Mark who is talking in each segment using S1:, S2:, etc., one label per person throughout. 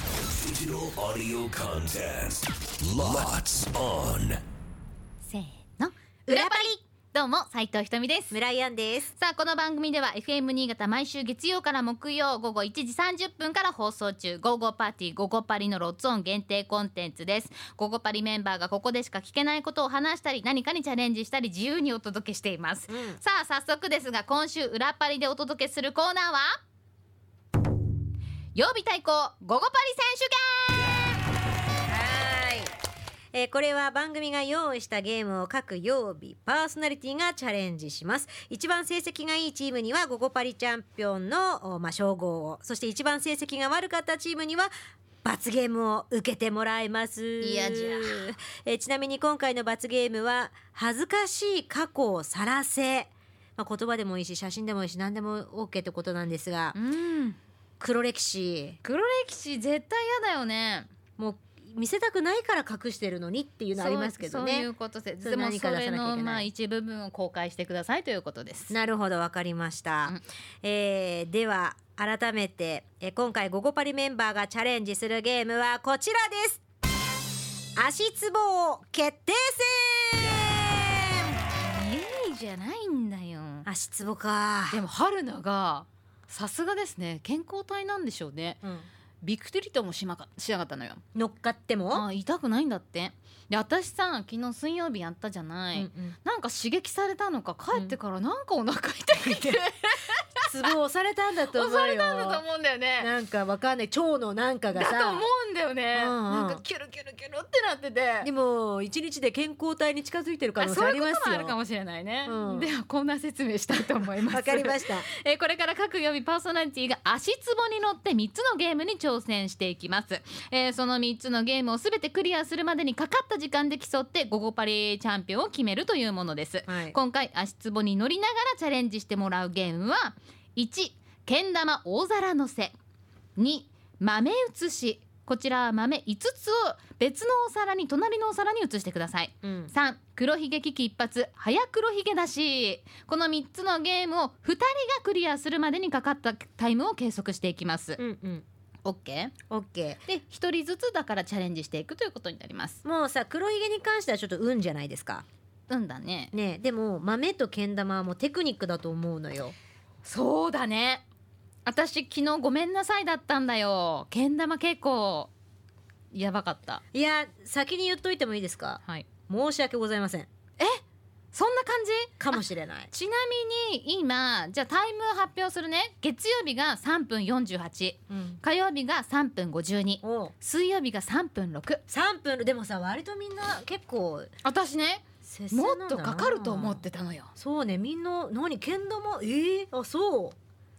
S1: Digital audio contest. Lots on.
S2: せーの裏パリどうも斉藤ひとみです
S3: 村井ンです。
S2: さあこの番組では FM 新潟毎週月曜から木曜午後1時30分から放送中「午後パーティー午後パリ」のロッツオン限定コンテンツです午後パリメンバーがここでしか聞けないことを話したり何かにチャレンジしたり自由にお届けしています、さあ早速ですが今週裏パリでお届けするコーナーは曜日対抗午後パリ選手権
S3: はい。えーこれは番組が用意したゲームを各曜日パーソナリティがチャレンジします一番成績がいいチームにはゴゴパリチャンピオンの、おまあ、称号をそして一番成績が悪かったチームには罰ゲームを受けてもらいますい
S2: やじゃ
S3: えーちなみに今回の罰ゲームは恥ずかしい過去を晒せまあ、言葉でもいいし写真でもいいし何でも OK ってことなんですが
S2: うん
S3: 黒歴史
S2: 黒歴史絶対嫌だよね
S3: もう見せたくないから隠してるのにっていうのありますけど
S2: そうそうい
S3: ね
S2: うことで
S3: それ
S2: でも
S3: 何
S2: そ
S3: か出
S2: れ
S3: さなきゃいけない
S2: のまあ一部分を公開してくださいということです
S3: なるほどわかりました、
S2: うん
S3: えーでは改めて、えー今回「ゴゴパリ」メンバーがチャレンジするゲームはこちらです足つぼ王決定戦
S2: イエーイじゃないんだよ
S3: 足つぼか、
S2: でも春菜がさすがですね健康体なんでしょうね
S3: うん
S2: びくとりともしまかしなかったのよ
S3: 乗っかっても、
S2: あ痛くないんだってで私さ昨日水曜日やったじゃない、
S3: うんうん
S2: なんか刺激されたのか帰ってからなんかお腹痛い って
S3: つぼ 押されたんだと思うよ
S2: 押されたんだと思うんだよね
S3: なんかわかんない腸のなんかが
S2: だと
S3: さ
S2: 思うんだよね、
S3: うんうん
S2: なんかキュルキュルキュルってなってて
S3: でも一日で健康体に近づいてる可能性
S2: あ
S3: ありますよ
S2: そういうこともあるかもしれないね、
S3: うん
S2: ではこんな説明したいと思います
S3: わかりました
S2: えーこれから各曜日パーソナリティが足つぼに乗って3つのゲームに挑戦していきます、えーその3つのゲームを全てクリアするまでにかかった時間で競って午後パリチャンピオンを決めるというものです、
S3: はい
S2: 今回足つぼに乗りながらチャレンジしてもらうゲームは1けん玉大皿のせ2豆移しこちらは豆5つを別のお皿に隣のお皿に移してください
S3: うん
S2: 3黒ひげ危機一発早黒ひげだしこの3つのゲームを2人がクリアするまでにかかったタイムを計測していきます
S3: うんうん
S2: OK
S3: オッケ
S2: で1人ずつだからチャレンジしていくということになります
S3: ーもうさ黒ひげに関してはちょっと運じゃないですか
S2: うんだね
S3: ねでも豆とけん玉はもうテクニックだと思うのよ
S2: そうだね私昨日ごめんなさいだったんだよけん玉結構やばかった
S3: いや先に言っといてもいいですか
S2: はい
S3: 申し訳ございません
S2: そんな感じ
S3: かもしれない
S2: ちなみに今じゃあタイムを発表するね月曜日が3分48
S3: うん
S2: 火曜日が3分52
S3: おう
S2: 水曜日が3分6
S3: 3分でもさ割とみんな結構
S2: 私ね
S3: 接戦
S2: も
S3: なんだ
S2: っ
S3: な
S2: とかかると思ってたのよ
S3: そうねみんな何けん玉ええあそう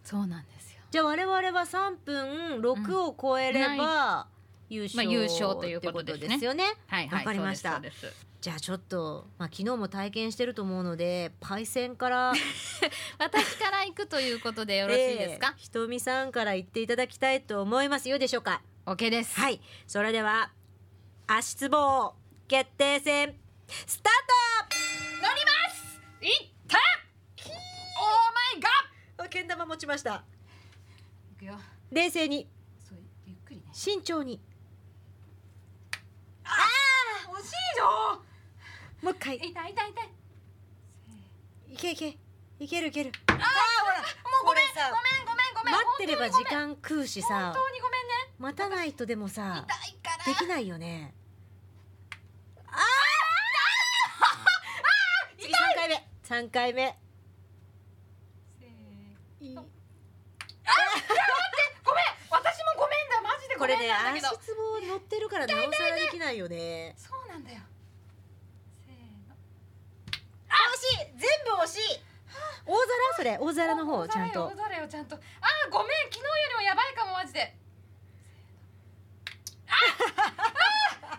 S2: そうなんですよ
S3: じゃあ我々は3分6を超えれば優
S2: まあ
S3: 勝
S2: 優勝ということですね
S3: ってよね
S2: はいはい
S3: わかりました
S2: そうですそうです
S3: じゃあちょっと、まあ、昨日も体験してると思うのでパイセン から
S2: 私から行くということでよろしいですか
S3: えー、ひとみさんから言っていただきたいと思いますよいいでしょうか
S2: OK です
S3: はいそれでは足つぼ決定戦スター
S2: 乗りますいったオーマイガ
S3: トけん玉持ちました
S2: ッいくよ
S3: 冷静に
S2: そうゆっくりね
S3: 慎重に
S2: 惜しいよ
S3: もう一回い
S2: 痛い痛い痛い
S3: けいけいけるいける
S2: ああほらもうごめん
S3: これさ
S2: ごめんごめんごめん
S3: 待ってれば時
S2: 本
S3: 間食うし
S2: 当にごめん本
S3: さ
S2: 当にごめんね
S3: 待たないとでもさ
S2: 痛いから
S3: できないよねあー次3回目三回目
S2: せー
S3: いい
S2: ごめん私もごめんだマジでご
S3: こ
S2: め
S3: れ
S2: ん
S3: ね
S2: なんだけど
S3: 足つぼ乗ってるからなおさらできないよね
S2: そうなんだよせーの
S3: 惜しい全部惜しい大皿それ大皿の方ちゃんと
S2: 大皿よ大皿よちゃんとあーごめん昨日よりもやばいかもマジであーあーもう無理な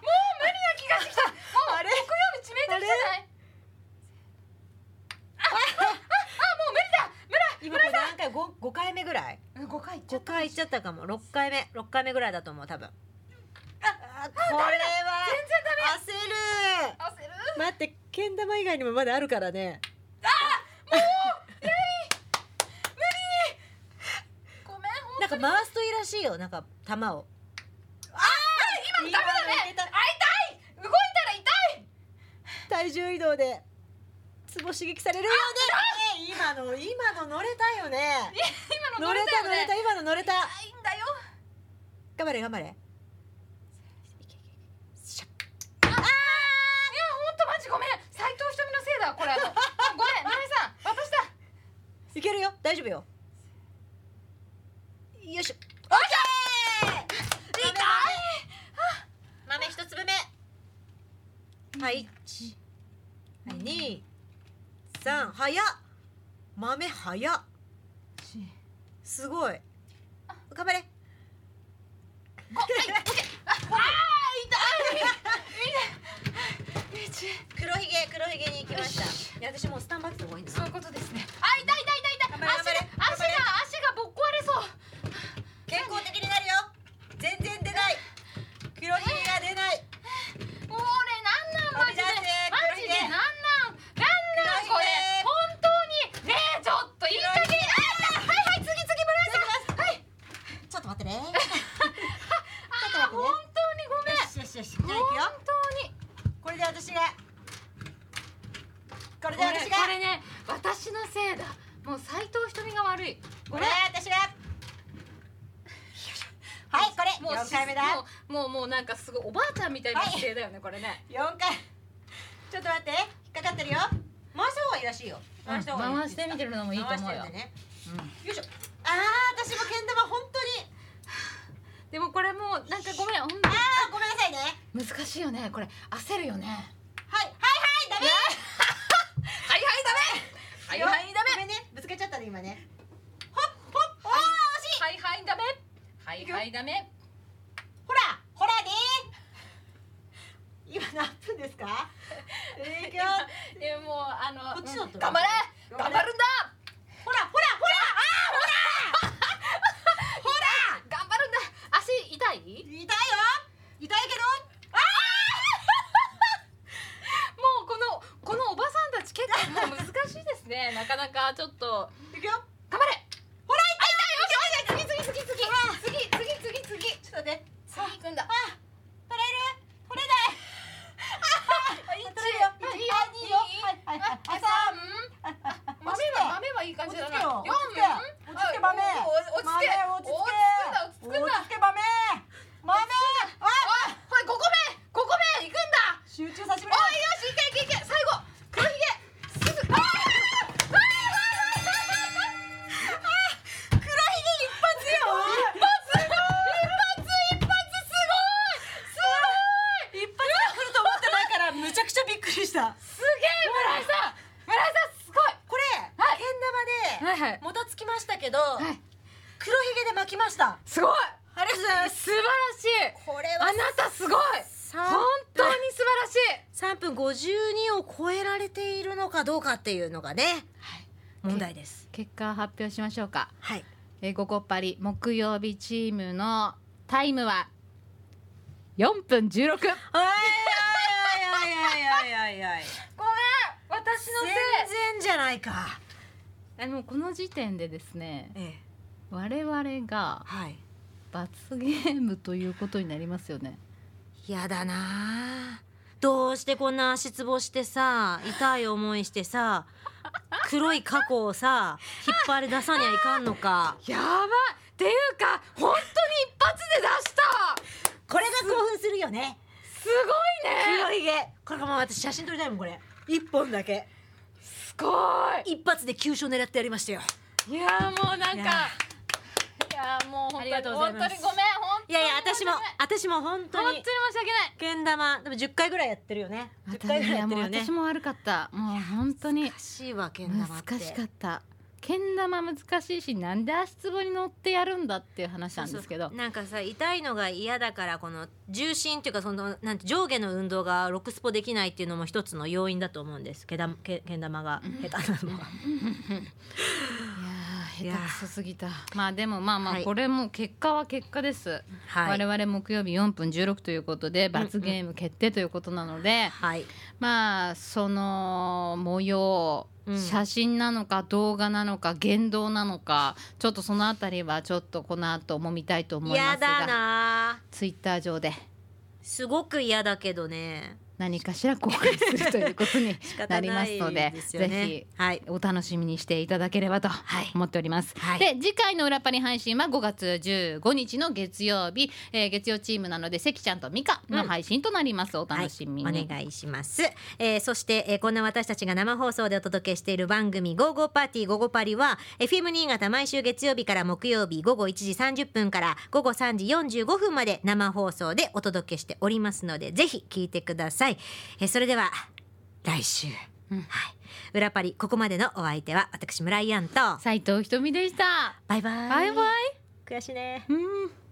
S2: 気がしてきたもう
S3: あれ
S2: 木曜日致命的じゃない
S3: 今これ何回 5, 5回目ぐらい
S2: うん5回いっちゃ
S3: 5
S2: った
S3: 回いっちゃったかも6回目6回目ぐらいだと思う多分あこれは全然焦る
S2: 焦る
S3: 待ってけん玉以外にもまだあるからね
S2: ごめんほん
S3: なんか回すといいらしいよなんか玉をあ体重移動でツボ刺激されるようで、ね、今の今の乗れたよね
S2: 今の
S3: 乗
S2: 乗
S3: れ
S2: れた
S3: た
S2: よ
S3: 乗れ
S2: ね
S3: た今の乗れた
S2: 痛いんだよ
S3: 頑張れ頑張れ
S2: いや本当マジごめん斉藤ひとみのせいだこれごめんなめさん私だ
S3: いけるよ大丈夫よよいしょ
S2: オッケー痛い
S3: 豆一粒目はい一はい二三早っ豆早っすごい頑張れ黒ひげ黒ひげに行きましたいや私もうスタンバってた方がいいんです
S2: そういうことですねあ痛い痛い痛い痛い
S3: 頑張れ
S2: 足が足が足がぼっ壊れそう
S3: 健康的になるよ全然出ない黒ひげが出ない
S2: もう俺なんなんマジでマジで
S3: 飛び出せ黒ひげ
S2: なんなんなんなんこれ本当にねえちょっといい加減あはいはい次次村井さんはい
S3: ちょっと待ってね
S2: あー本当にごめん
S3: よしよしよしじゃあ行くよ
S2: 本当に
S3: これで私がこれ
S2: こ
S3: で
S2: れ
S3: 私が
S2: これね私のせいだもう斉藤ひとみが悪い
S3: これで私がはいこれ
S2: もう
S3: 4回目だ
S2: もうもうもうなんかすごいおばあちゃんみたいな姿勢だよね、これね
S3: 4回ちょっと待って引っかかってるよ回した方がいいらしいよ回した方がいい
S2: 回してみてるのもいいと思うよ
S3: 回してみてねよいしょあー私もけん玉本当に
S2: でもこれもうなんかごめんほん
S3: あーごめんなさいね
S2: 難しいよねこれ焦るよね
S3: はいはいはいダメ
S2: はいはいダメはいはいダメ
S3: ごめんねぶつけちゃったね今ねほっほっほー惜しい
S2: はいはいダメはいはいダメ
S3: ほらほらね今何分で すかえー、いくよ
S2: えもうあの
S3: こっちだった
S2: 頑張れ
S3: 頑張
S2: 頑
S3: れ
S2: 張るんだ
S3: ほらほら
S2: ほ
S3: ほら
S2: ら頑張るんだ足痛い
S3: 痛いよ痛いけど
S2: もうこのこのおばさんたち結構もう難しいですね なかなかちょっと
S3: いくよ
S2: 頑張れ
S3: ほら
S2: あ痛いよしよしよし次次次次次次次次
S3: ちょっとね
S2: 次行くんだ
S3: あ取れる取れない
S2: 一
S3: 取れ
S2: い
S3: るよ
S2: い
S3: あいいよはいはいはい
S2: あ
S3: あ
S2: 三豆
S3: さ落ち着け
S2: は豆はいい感じだな
S3: 落ち着けよ
S2: 四
S3: 落ち着け豆
S2: あおお落ち着け落ち着く
S3: 豆落ち着
S2: んだ落ち着くん
S3: け
S2: だ
S3: 落ち着け豆豆あ
S2: あほら五個目五個目行くんだ
S3: 集中させて
S2: お
S3: くれ
S2: いよしいけいけいけ最後黒ひげすぐあーあー黒ひげ一発よ一発一発一発すごいすごい
S3: 一発が来ると思ってないからむちゃくちゃびっくりした
S2: すげえ村井さん村井さんすごい
S3: これ
S2: はい
S3: けん玉で
S2: はいはい
S3: もたつきましたけど
S2: はい
S3: 黒ひげで巻きました
S2: すごい
S3: ありがとうございます
S2: 素晴らしい
S3: これ
S2: あなたすごい本当に素晴らしい
S3: 3分52を超えられているのかどうかっていうのがね、問題です
S2: 結果発表しましょうか
S3: はい
S2: えー、ゴゴパリ木曜日チームのタイムは4分16ごめん
S3: おいおいおいおいおいおいおい
S2: 私
S3: 全然じゃないか
S2: せいあのこの時点でですね
S3: ええ
S2: 我々が
S3: はい
S2: 罰ゲームということになりますよね
S3: やだなあどうしてこんな足つぼしてさ痛い思いしてさ黒い過去をさ引っ張り出さにゃいかんのか
S2: やばいっていうか本当に一発で出した
S3: これが興奮するよね
S2: すごいね
S3: 黒ひげこれがもう私写真撮りたいもんこれ一本だけ
S2: すご
S3: 一発で急所狙ってやりましたよ
S2: いいやーもうなんかいや
S3: いや
S2: ーもう本当
S3: あり
S2: に
S3: がとうございます
S2: 本当にごめん本当に
S3: いやいや私も
S2: ごめん
S3: 私も本
S2: 本
S3: 当
S2: 当に申
S3: に
S2: し訳ない
S3: けん玉でも10回ぐらいやってるよね10回ぐらいやってる
S2: いやも
S3: よ
S2: う
S3: ね
S2: 私も悪かったもう本当に
S3: 難しいわけん玉って
S2: 難しかったけん玉難しいしなんで足つぼに乗ってやるんだっていう話なんですけど
S3: そうそうなんかさ痛いのが嫌だからこの重心っていうかそのなんて上下の運動がロックスポできないっていうのも一つの要因だと思うんですけだけけん玉が下手なの
S2: い
S3: はい
S2: や
S3: や
S2: ー下手くそすぎたまあでもまあまあ
S3: はい
S2: これも結果は結果です、
S3: はい
S2: 我々木曜日4分16ということで罰ゲーム決定ということなので、
S3: はい
S2: まあその模様、
S3: うん
S2: 写真なのか動画なのか言動なのかちょっとそのあたりはちょっとこの後も見たいと思いま
S3: 嫌
S2: す
S3: だ
S2: が
S3: なあ
S2: ツイッター上です
S3: ごく嫌だけどね
S2: 何かしら後悔するということに
S3: 仕方
S2: なり
S3: な
S2: ます
S3: い
S2: ので
S3: ですよ
S2: ぜ
S3: ね
S2: ひ
S3: はい
S2: お楽しみにしていただければと思っております、
S3: はい
S2: で次回の裏パリ配信は5月15日の月曜日、えー月曜チームなので関ちゃんとミカの配信となります、お楽しみに、
S3: はい、お願いします、えーそして、えーこんな私たちが生放送でお届けしている番組「ゴーゴーパーティーゴーゴーパリは」FM 新潟毎週月曜日から木曜日午後1時30分から午後3時45分まで生放送でお届けしておりますのでぜひ聞いてください、えーそれでは来週、
S2: うん
S3: はい裏パリここまでのお相手は私村井アンと
S2: 斉藤ひとみでした
S3: バイバイ
S2: バイバイ、
S3: 悔しいね
S2: うん